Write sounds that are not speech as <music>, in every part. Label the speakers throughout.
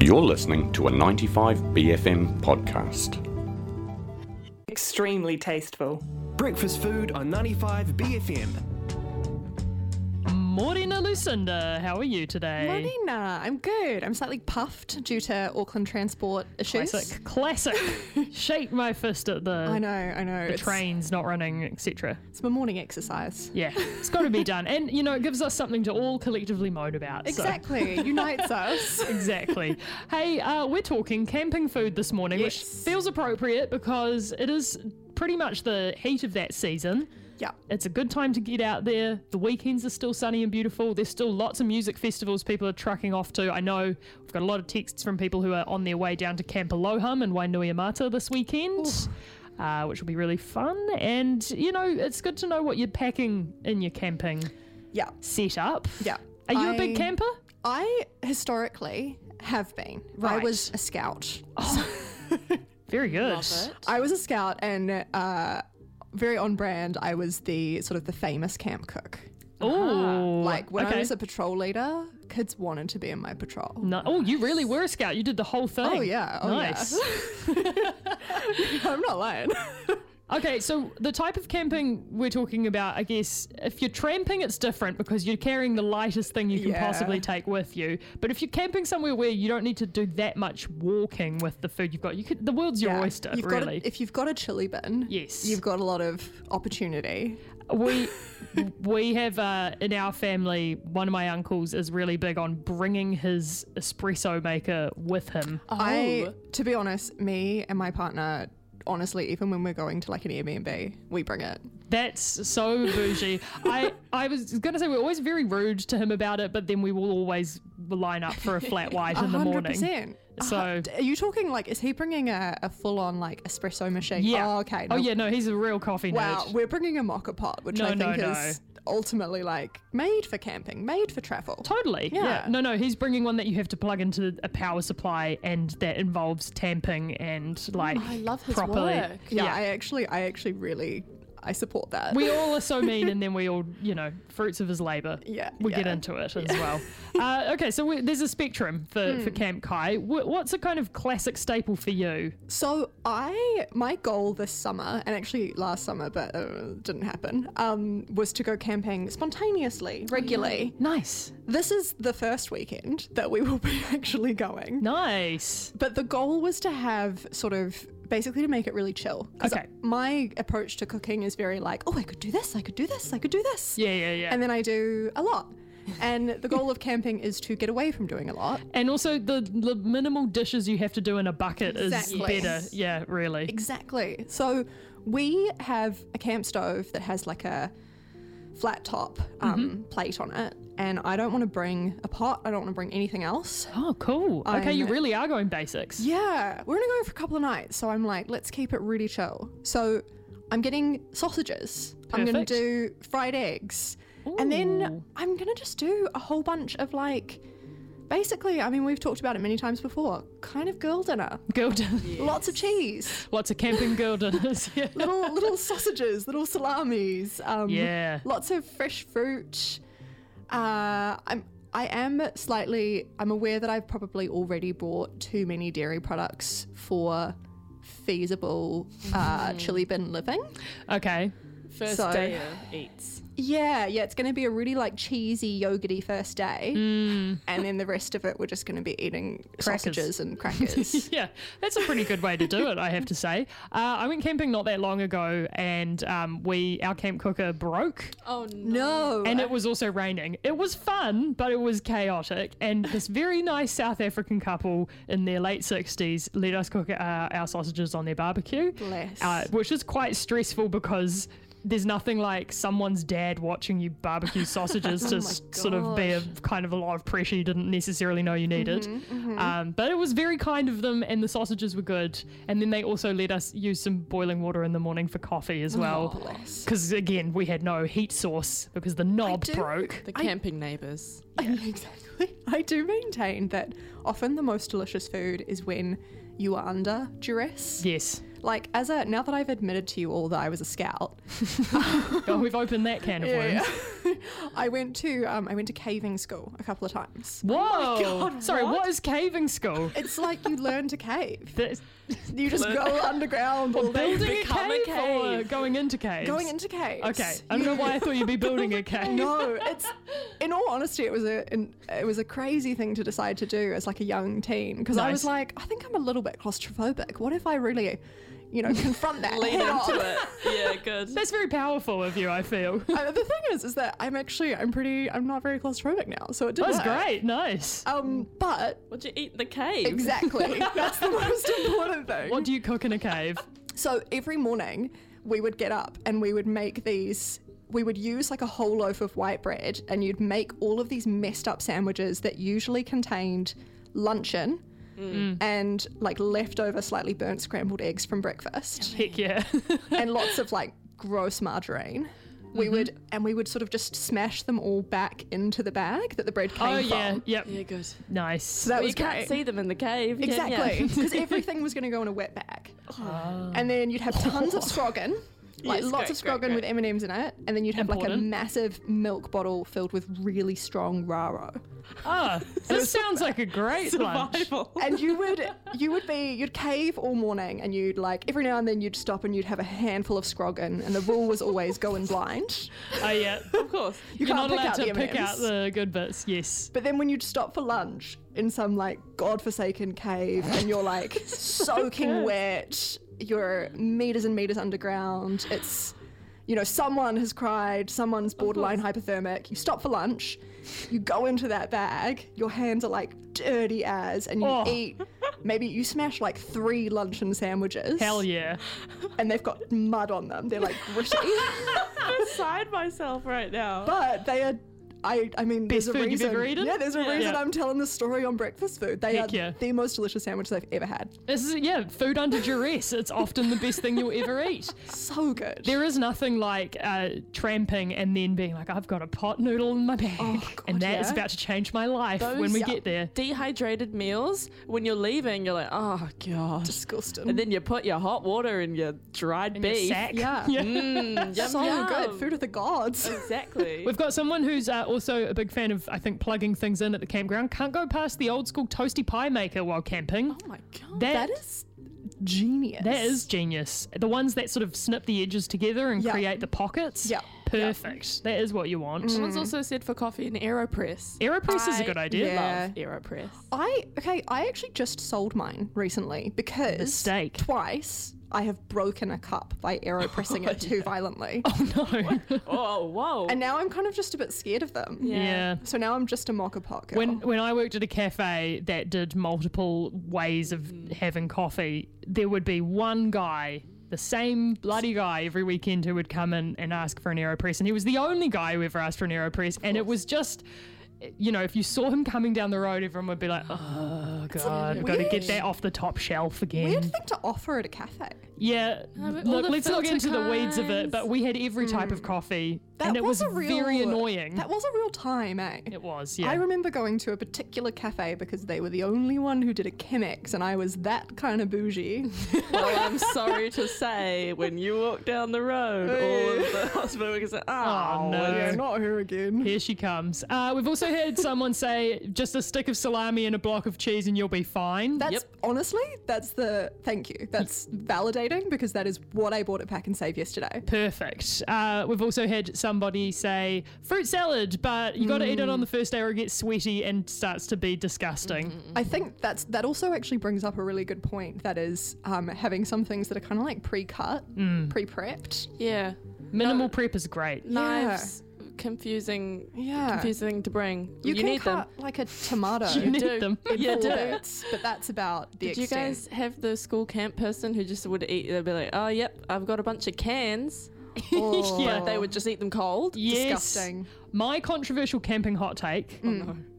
Speaker 1: You're listening to a 95BFM podcast.
Speaker 2: Extremely tasteful.
Speaker 3: Breakfast food on 95 BFM.
Speaker 4: Morena Lucinda, how are you today?
Speaker 5: Morena, I'm good. I'm slightly puffed due to Auckland transport issues.
Speaker 4: Classic, classic.
Speaker 5: <laughs>
Speaker 4: Shake my fist at the,
Speaker 5: I know, I know.
Speaker 4: the
Speaker 5: it's,
Speaker 4: trains not running, etc.
Speaker 5: it's my morning exercise. <laughs>
Speaker 4: Yeah, it's got to be done. And, you know, it gives us something to all collectively moan about. so- <laughs>
Speaker 5: Exactly. Unites us. <laughs>
Speaker 4: Exactly. hey, uh, we're talking camping food this morning, which
Speaker 5: Yes.
Speaker 4: feels appropriate because it is pretty much the heat of that season.
Speaker 5: Yeah.
Speaker 4: It's a good time to get out there. The weekends are still sunny and beautiful. There's still lots of music festivals people are trucking off to. I know we've got a lot of texts from people who are on their way down to Camp Aloham and Wainui Amata this weekend, uh, which will be really fun. And, you know, it's good to know what you're packing in your camping
Speaker 5: Yeah.
Speaker 4: setup.
Speaker 5: Yeah.
Speaker 4: Are you a
Speaker 5: I-
Speaker 4: big camper?
Speaker 5: I historically have been. I
Speaker 4: Right.
Speaker 5: was a scout.
Speaker 4: Very good.
Speaker 5: I was a scout and uh, very on brand. I was the sort of the famous camp cook.
Speaker 4: Oh,
Speaker 5: Uh-huh. Like when I
Speaker 4: okay.
Speaker 5: was a patrol leader, kids wanted to be in my patrol.
Speaker 4: No- oh, you really were a scout. You did the whole thing.
Speaker 5: Oh yeah. Oh, yeah.
Speaker 4: nice. Mm.
Speaker 5: <laughs> I'm not lying.
Speaker 4: Okay, so the type of camping we're talking about, I guess, if you're tramping, it's different because you're carrying the lightest thing you can
Speaker 5: Yeah.
Speaker 4: possibly take with you. But if you're camping somewhere where you don't need to do that much walking with the food you've got, you could, the world's your
Speaker 5: Yeah.
Speaker 4: oyster,
Speaker 5: You've got a-
Speaker 4: really.
Speaker 5: if you've got a chili bin,
Speaker 4: Yes.
Speaker 5: you've got a lot of opportunity.
Speaker 4: <laughs> we we have uh, in our family, one of my uncles is really big on bringing his espresso maker with him. Oh.
Speaker 5: I, to be honest, me and my partner, honestly, even when we're going to like an Airbnb, we bring it.
Speaker 4: That's so bougie. I, I was going to say we're always very rude to him about it, but then we will always line up for a
Speaker 5: <laughs>
Speaker 4: flat white in the morning.
Speaker 5: 100%.
Speaker 4: So-
Speaker 5: Uh, d- are you talking like is he bringing a, a full on like espresso machine?
Speaker 4: Yeah.
Speaker 5: Oh, okay.
Speaker 4: Oh
Speaker 5: no.
Speaker 4: yeah, no, he's a real coffee
Speaker 5: Wow,
Speaker 4: nerd.
Speaker 5: we're bringing a mocha pot, which
Speaker 4: No,
Speaker 5: I
Speaker 4: no,
Speaker 5: think
Speaker 4: no.
Speaker 5: is ultimately like made for camping, made for travel.
Speaker 4: Totally. Yeah.
Speaker 5: Yeah.
Speaker 4: No, no, he's bringing one that you have to plug into a power supply, and that involves tamping and like
Speaker 5: Oh,
Speaker 6: I love his
Speaker 4: properly.
Speaker 6: work.
Speaker 5: Yeah, I actually, I actually really, I support that.
Speaker 4: we all are so mean, and then we all, you know, fruits of his labour.
Speaker 5: <laughs> Yeah,
Speaker 4: we get
Speaker 5: yeah. Hmm.
Speaker 4: into it as well. Uh, okay, so we, there's a spectrum for, for Camp Kai. Wh- what's a kind of classic staple for you?
Speaker 5: So I, my goal this summer, and actually last summer, but uh, didn't happen, um, was to go camping spontaneously,
Speaker 4: Oh,
Speaker 5: regularly.
Speaker 4: Nice,
Speaker 5: This is the first weekend that we will <laughs> be actually going.
Speaker 4: nice.
Speaker 5: But the goal was to have sort of basically to make it really chill. 'Cause
Speaker 4: Okay.
Speaker 5: My approach to cooking is very like, oh, I could do this, I could do this, I could do this.
Speaker 4: Yeah, yeah, yeah.
Speaker 5: And then I do a lot. And the goal of camping is to get away from doing a lot.
Speaker 4: And also the, the minimal dishes you have to do in a bucket
Speaker 5: Exactly.
Speaker 4: is better. Yeah, really.
Speaker 5: Exactly. So we have a camp stove that has like a flat top um, plate on it, and I don't want to bring a pot. I don't want to bring anything else.
Speaker 4: Oh, cool. okay, you
Speaker 5: I'm-
Speaker 4: really are going basics.
Speaker 5: Yeah, we're gonna go for a couple of nights. So I'm like, let's keep it really chill. So I'm getting sausages. I'm gonna
Speaker 4: Perfect.
Speaker 5: do fried eggs, and
Speaker 4: Ooh.
Speaker 5: then I'm gonna just do a whole bunch of like. Basically, I mean, we've talked about it many times before. Kind of girl dinner.
Speaker 4: Girl <laughs> dinners.
Speaker 5: Lots of cheese.
Speaker 4: Lots of camping girl dinners. <laughs> Yeah.
Speaker 5: little little <laughs> sausages, little salamis. Um,
Speaker 4: Yeah.
Speaker 5: <laughs> Lots of fresh fruit. Uh, I'm. I am slightly. I'm aware that I've probably already bought too many dairy products for feasible uh, chili bin living.
Speaker 4: Okay.
Speaker 6: Mm-hmm. First
Speaker 5: So-
Speaker 6: day of eats.
Speaker 5: Yeah, yeah. It's going to be a really like cheesy yogurty first day,
Speaker 6: Mm.
Speaker 5: and then the rest of it we're just going to be eating
Speaker 4: Crackers.
Speaker 5: sausages
Speaker 6: <laughs>
Speaker 5: and crackers.
Speaker 4: <laughs> Yeah, that's a pretty good way to do it, I have to say. Uh, I went camping not that long ago, and um, we our camp cooker broke,
Speaker 6: Oh no.
Speaker 5: no.
Speaker 4: and it was also raining. It was fun, but it was chaotic. And this very nice South African couple in their late sixties let us cook uh, our sausages on their barbecue,
Speaker 5: Bless.
Speaker 4: Uh, which is quite stressful because. There's nothing like someone's dad watching you barbecue sausages to s- sort of be a kind of a lot of pressure you didn't necessarily know you needed. Um, but it was very kind of them, and the sausages were good. And then they also let us use some boiling water in the morning for coffee as well. Because again, we had no heat source because the knob
Speaker 5: do-
Speaker 4: broke.
Speaker 6: The camping neighbours.
Speaker 5: <laughs> Exactly. I do maintain that often the most delicious food is when you are under duress.
Speaker 4: Yes.
Speaker 5: like as a now that I've admitted to you all that I was a scout,
Speaker 4: Oh, we've opened that can of worms.
Speaker 5: <laughs> I went to um, I went to caving school a couple of times.
Speaker 4: Whoa! Sorry, what is caving school?
Speaker 5: It's like you learn to cave.
Speaker 4: That's
Speaker 5: You just go
Speaker 4: <laughs>
Speaker 5: underground all day.
Speaker 4: building a
Speaker 6: become a
Speaker 4: cave, or
Speaker 6: cave.
Speaker 4: going into caves.
Speaker 5: <laughs> Going into caves.
Speaker 4: Okay, I don't know why
Speaker 5: <laughs>
Speaker 4: I thought you'd be building a cave.
Speaker 5: no, it's in all honesty, it was a an, it was a crazy thing to decide to do as like a young teen because I was
Speaker 4: Nice.
Speaker 5: like, I think I'm a little bit claustrophobic. What if I really, you know, confront that head on?
Speaker 6: Yeah, <laughs> good.
Speaker 4: That's very powerful of you. I feel
Speaker 5: Uh, the thing is, is that I'm actually I'm pretty I'm not very claustrophobic now, so it did
Speaker 4: that's
Speaker 5: work.
Speaker 4: great. Nice.
Speaker 5: Um, but
Speaker 6: Would you eat in the
Speaker 5: <laughs>
Speaker 6: cave?
Speaker 5: exactly, that's the most important thing.
Speaker 4: What do you cook in a cave?
Speaker 5: So every morning we would get up and we would make these. We would use like a whole loaf of white bread and you'd make all of these messed up sandwiches that usually contained luncheon
Speaker 6: Mm.
Speaker 5: and like leftover slightly burnt scrambled eggs from breakfast
Speaker 4: Heck yeah.
Speaker 5: and lots of like gross margarine. We
Speaker 6: Mm-hmm.
Speaker 5: would and we would sort of just smash them all back into the bag that the bread
Speaker 4: <laughs>
Speaker 5: came
Speaker 4: oh yeah.
Speaker 5: from.
Speaker 4: Yep.
Speaker 6: Yeah, good.
Speaker 4: Nice.
Speaker 5: So that
Speaker 6: Well,
Speaker 5: was
Speaker 6: you can't
Speaker 5: great.
Speaker 6: see them in the cave. can ya? <laughs>
Speaker 5: Exactly, <laughs>
Speaker 4: <laughs>
Speaker 5: because everything was going to go in a wet bag,
Speaker 4: Oh.
Speaker 5: and then you'd have tons
Speaker 4: <laughs>
Speaker 5: of scroggin, like
Speaker 6: Yes,
Speaker 5: lots
Speaker 6: great,
Speaker 5: of scroggin
Speaker 6: great,
Speaker 5: with M and M's in it, and then you'd have like a
Speaker 4: Important.
Speaker 5: massive milk bottle filled with really strong raro, <laughs>
Speaker 4: Ah, this sounds like a great lunch.
Speaker 6: Survival.
Speaker 5: and you would
Speaker 4: <laughs>
Speaker 5: you would be you'd cave all morning, and you'd like every now and then you'd stop and you'd have a handful of scroggin, and the rule was always go in blind.
Speaker 4: Oh yeah.
Speaker 6: Of course.
Speaker 5: You
Speaker 4: You're
Speaker 5: can't
Speaker 4: not
Speaker 5: pick
Speaker 4: allowed
Speaker 5: out
Speaker 4: to
Speaker 5: the
Speaker 4: pick out
Speaker 5: M&Ms.
Speaker 4: the good bits. Yes.
Speaker 5: But then when you'd stop for lunch in some like godforsaken cave and you're
Speaker 4: <laughs>
Speaker 5: like soaking wet, you're meters and meters underground, it's you know, someone has cried, someone's borderline hypothermic. You stop for lunch, you go into that bag, your hands are like dirty as, and you
Speaker 4: Oh.
Speaker 5: eat. Maybe you smash like three luncheon sandwiches.
Speaker 4: Hell yeah.
Speaker 5: And they've got mud on them. They're like
Speaker 4: <laughs>
Speaker 5: gritty.
Speaker 6: <laughs> Beside myself right now.
Speaker 5: But they are. I, I mean,
Speaker 4: Best
Speaker 5: there's a
Speaker 4: food you've
Speaker 5: reason.
Speaker 4: ever eaten?
Speaker 5: Yeah, there's a
Speaker 4: Yeah.
Speaker 5: reason
Speaker 4: Yeah.
Speaker 5: I'm telling this story on breakfast food. They
Speaker 4: Heck
Speaker 5: are
Speaker 4: yeah.
Speaker 5: the most delicious sandwiches I've ever had.
Speaker 4: This is yeah. Food under duress. It's often the best thing you'll ever eat.
Speaker 5: So good.
Speaker 4: There is nothing like uh, tramping and then being like, I've got a pot noodle in my bag, and that is
Speaker 5: Oh, yeah.
Speaker 4: about to change my life when
Speaker 6: Those-
Speaker 4: we
Speaker 5: yeah.
Speaker 4: get there.
Speaker 6: Dehydrated meals, when you're leaving, you're like, oh, God.
Speaker 5: Disgusting.
Speaker 6: And then you put your hot water in your dried
Speaker 4: In your
Speaker 6: beef.
Speaker 4: sack.
Speaker 5: yeah. Mm-hmm.
Speaker 6: Mm, yum,
Speaker 5: So
Speaker 6: yum.
Speaker 5: good. Food of the gods.
Speaker 4: Oh.
Speaker 6: <laughs> Exactly.
Speaker 4: We've got someone who's uh, also a big fan of, I think, plugging things in at the campground. Can't go past the old school toasty pie maker while camping.
Speaker 6: oh my
Speaker 5: <laughs>
Speaker 6: God.
Speaker 5: That is genius.
Speaker 4: that is genius. The ones that sort of snip the edges together and
Speaker 5: Yeah.
Speaker 4: create the pockets.
Speaker 5: Yeah. Mm.
Speaker 4: Perfect. That is what you want.
Speaker 6: Someone's also said for coffee an AeroPress.
Speaker 4: Aeropress is a
Speaker 6: I
Speaker 4: good idea.
Speaker 5: yeah.
Speaker 6: Love AeroPress.
Speaker 5: I okay. I actually just sold mine recently because
Speaker 4: Mistake.
Speaker 5: twice I have broken a cup
Speaker 4: <laughs>
Speaker 5: by aeropressing it too violently,
Speaker 4: Oh, no.
Speaker 6: Oh, whoa.
Speaker 5: and now I'm kind of just a bit scared of them.
Speaker 6: Yeah.
Speaker 4: yeah.
Speaker 5: So now I'm just a mocha pot girl.
Speaker 4: When when I worked at a cafe that did multiple ways of
Speaker 5: Mm.
Speaker 4: having coffee, there would be one guy, the same bloody guy every weekend who would come in and ask for an AeroPress, and he was the only guy who ever asked for an AeroPress, and it was just. You know, if you saw him coming down the road, everyone would be like, "Oh God, we've got to get that off the top shelf again."
Speaker 5: weird thing to offer at a cafe.
Speaker 4: Yeah,
Speaker 6: but all
Speaker 4: look,
Speaker 6: the
Speaker 4: let's not get into
Speaker 6: filter
Speaker 4: the weeds of it,
Speaker 6: kinds.
Speaker 4: but we had every type of coffee, and it was,
Speaker 5: Mm. a real-
Speaker 4: very annoying.
Speaker 5: That was a real time, eh?
Speaker 4: it was, yeah.
Speaker 5: I remember going to a particular cafe because they were the only one who did a Chemex, and I was that kind of bougie. <laughs>
Speaker 6: Well, I'm sorry to say, when you walk down the road, all of the
Speaker 5: <laughs>
Speaker 6: hospital workers are, oh,
Speaker 4: Oh, no.
Speaker 5: yeah, not her again.
Speaker 4: Here she comes. Uh, we've also heard someone say, just a stick of salami and a block of cheese and you'll be fine.
Speaker 5: That's
Speaker 6: Yep.
Speaker 5: honestly, that's the thank you. That's validating because that is what I bought at Pack and Save yesterday.
Speaker 4: Perfect. Uh, we've also had somebody say, fruit salad, but you got to eat it
Speaker 5: Mm.
Speaker 4: on the first day or it gets sweaty and starts to be disgusting.
Speaker 5: I think that's that also actually brings up a really good point. That is um, having some things that are kind of like pre-cut, pre-prepped.
Speaker 6: Yeah.
Speaker 4: Minimal prep is great.
Speaker 6: Knives. Confusing.
Speaker 5: Yeah.
Speaker 6: Confusing thing to bring. You,
Speaker 5: can
Speaker 6: need them.
Speaker 5: cut like a tomato.
Speaker 4: You need
Speaker 6: do.
Speaker 4: them.
Speaker 5: in
Speaker 6: <laughs> Yeah,
Speaker 5: four
Speaker 6: do.
Speaker 5: bits, but that's about the
Speaker 6: Did you
Speaker 5: extent.
Speaker 6: guys have the school camp person who just would eat? They'd be like, "Oh, yep, I've got a bunch
Speaker 5: <laughs>
Speaker 6: of cans,"
Speaker 5: Oh.
Speaker 6: but they would just eat them cold.
Speaker 4: Yes.
Speaker 5: Disgusting. Mm.
Speaker 4: My controversial camping hot take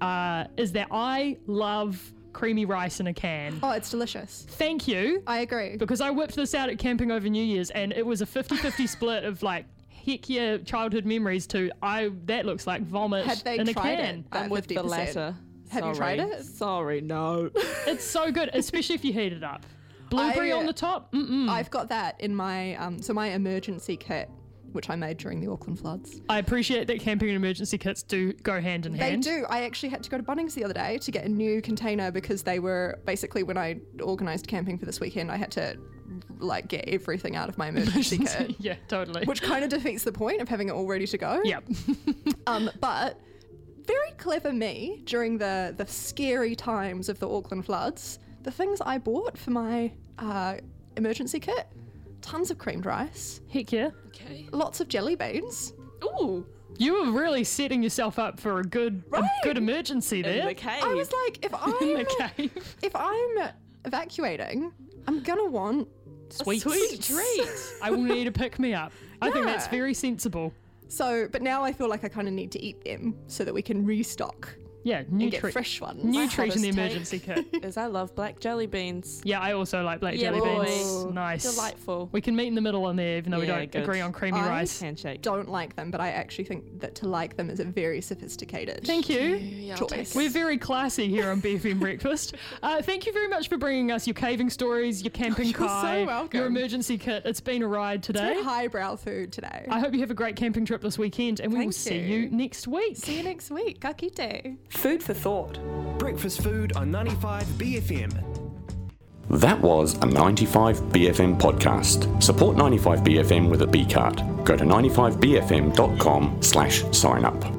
Speaker 4: uh, is that I love creamy rice in a can.
Speaker 5: Oh, it's delicious.
Speaker 4: Thank you.
Speaker 5: I agree.
Speaker 4: because I whipped this out at camping over New Year's and it was a 50
Speaker 5: <laughs>
Speaker 4: 50 split of like heck yeah childhood memories to I that looks like vomit
Speaker 5: Had they
Speaker 4: in a
Speaker 5: tried
Speaker 4: can.
Speaker 5: it?
Speaker 6: I'm with the
Speaker 5: 50%.
Speaker 6: latter.
Speaker 5: Have you tried
Speaker 6: Sorry.
Speaker 5: it?
Speaker 6: Sorry, no.
Speaker 5: <laughs>
Speaker 4: It's so good, especially if you heat it up. Blueberry
Speaker 5: I- uh,
Speaker 4: on the top. Mm-mm.
Speaker 5: I've got that in my um, so my emergency kit, which I made during the Auckland floods.
Speaker 4: I appreciate that camping and emergency kits do go hand in
Speaker 5: They
Speaker 4: hand. <laughs>
Speaker 5: do. I actually had to go to Bunnings the other day to get a new container because they were basically when I organised camping for this weekend, I had to like get everything out of my emergency kit,
Speaker 4: <laughs> yeah, totally.
Speaker 5: which kind of defeats the point of having it all ready to go.
Speaker 4: yep.
Speaker 5: Um, but very clever me during the the scary times of the Auckland floods. The things I bought for my uh, emergency kit: tons of creamed rice,
Speaker 4: Heck yeah.
Speaker 6: Okay.
Speaker 5: lots of jelly beans.
Speaker 6: Ooh.
Speaker 4: You were really setting yourself up for a good
Speaker 5: Right.
Speaker 4: a good emergency
Speaker 6: In
Speaker 4: there.
Speaker 6: the cave.
Speaker 5: I was like, if
Speaker 4: <laughs> In the
Speaker 5: I'm <laughs>
Speaker 4: cave.
Speaker 5: if I'm evacuating, I'm gonna want.
Speaker 4: Sweet.
Speaker 6: Sweet treat.
Speaker 4: <laughs> I will need a pick me up. I think that's
Speaker 5: Yeah.
Speaker 4: very sensible.
Speaker 5: So, but now I feel like I kind of need to eat them so that we can restock
Speaker 4: Yeah,
Speaker 5: and
Speaker 4: new
Speaker 5: get
Speaker 4: treat.
Speaker 5: fresh ones.
Speaker 4: New
Speaker 6: My
Speaker 4: treat in the
Speaker 6: hottest take.
Speaker 4: emergency
Speaker 6: <laughs>
Speaker 4: kit.
Speaker 6: Is I love black jelly beans.
Speaker 4: Yeah, I also like black
Speaker 6: Yeah,
Speaker 4: jelly
Speaker 6: boy.
Speaker 4: beans. Nice.
Speaker 6: Delightful.
Speaker 4: We can meet in the middle on there, even though we
Speaker 6: Yeah,
Speaker 4: don't
Speaker 6: good.
Speaker 4: agree on creamy
Speaker 5: I
Speaker 4: rice.
Speaker 6: Handshake.
Speaker 5: Don't like them, but I actually think that to like them is a very sophisticated
Speaker 4: <laughs> Thank you.
Speaker 6: Yeah, I'll take
Speaker 5: choice.
Speaker 4: We're very classy here on BFM Breakfast. Uh, thank you very much for bringing us your caving stories, your camping
Speaker 5: You're so
Speaker 4: kai,
Speaker 5: welcome.
Speaker 4: your emergency kit. It's been a ride
Speaker 5: <laughs>
Speaker 4: today.
Speaker 5: Very highbrow food today.
Speaker 4: I hope you have a great camping trip this weekend, and we will
Speaker 5: Thank
Speaker 4: see
Speaker 5: you.
Speaker 4: you next week.
Speaker 5: See you next week. Kakite.
Speaker 2: Food for thought.
Speaker 3: Breakfast food on 95 BFM.
Speaker 1: That was a 95BFM podcast. Support 95BFM with a B card. Go to 95BFM.com slash sign up.